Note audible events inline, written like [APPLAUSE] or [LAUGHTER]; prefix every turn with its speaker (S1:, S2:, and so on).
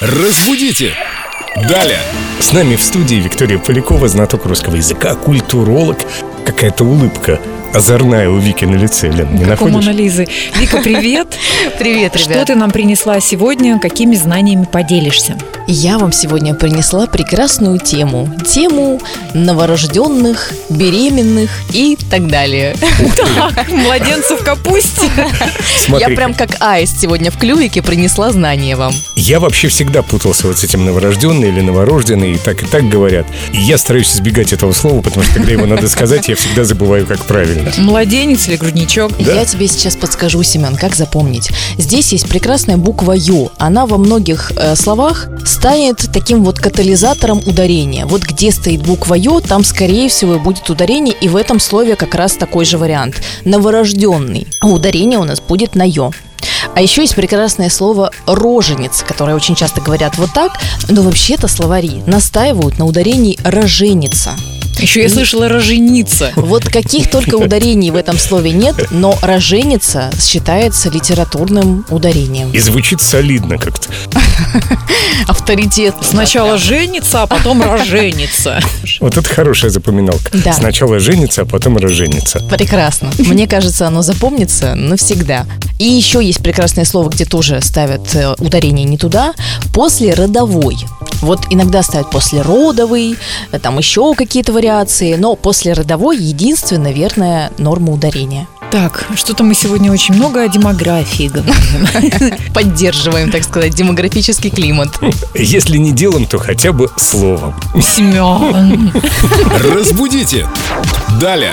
S1: Разбудите! Далее!
S2: С нами в студии Виктория Полякова, знаток русского языка, культуролог. Какая-то улыбка озорная у Вики на лице, Лен, не
S3: Как у
S2: находишь?
S3: Мона Лизы. Вика, привет.
S4: Привет,
S3: Что
S4: ребят!
S3: ты нам принесла сегодня? Какими знаниями поделишься?
S4: Я вам сегодня принесла прекрасную тему. Тему новорожденных, беременных и так далее.
S3: [LAUGHS] Так, младенцев в капусте.
S2: Смотри,
S4: Я прям как аист сегодня в клювике принесла знания вам.
S2: я вообще всегда путался вот с этим новорожденный или новорожденный, и так и так говорят. И я стараюсь избегать этого слова, потому что когда его надо сказать, я всегда забываю, как правильно.
S3: Младенец или грудничок?
S2: Да.
S4: Я тебе сейчас подскажу, Семен, как запомнить. Здесь есть прекрасная буква Ю. Она во многих э, словах станет таким вот катализатором ударения. Вот где стоит буква Ю, там, скорее всего, будет ударение, и в этом слове как раз такой же вариант. Новорожденный. А ударение у нас будет на Ё. А еще есть прекрасное слово «роженец», которое очень часто говорят вот так, но вообще-то словари настаивают на ударении «роженица».
S3: Еще я слышала роженица.
S4: Вот каких только ударений в этом слове нет, но роженица считается литературным ударением.
S2: И звучит солидно как-то.
S4: Авторитет.
S3: Сначала женится, а потом роженится.
S2: Вот это хорошая запоминалка.
S4: Да.
S2: Сначала женится, а потом роженится.
S4: Прекрасно. Мне кажется, оно запомнится навсегда. И еще есть прекрасное слово, где тоже ставят э, ударение не туда. После родовой. Вот иногда ставят после родовый, там еще какие-то вариации, но после родовой единственная верная норма ударения.
S3: Так, что-то мы сегодня очень много о демографии
S2: [LAUGHS]
S3: говорим.
S4: Поддерживаем, так сказать, демографический климат.
S2: Если не делом, то хотя бы словом.
S3: Семен.
S1: Разбудите! Далее!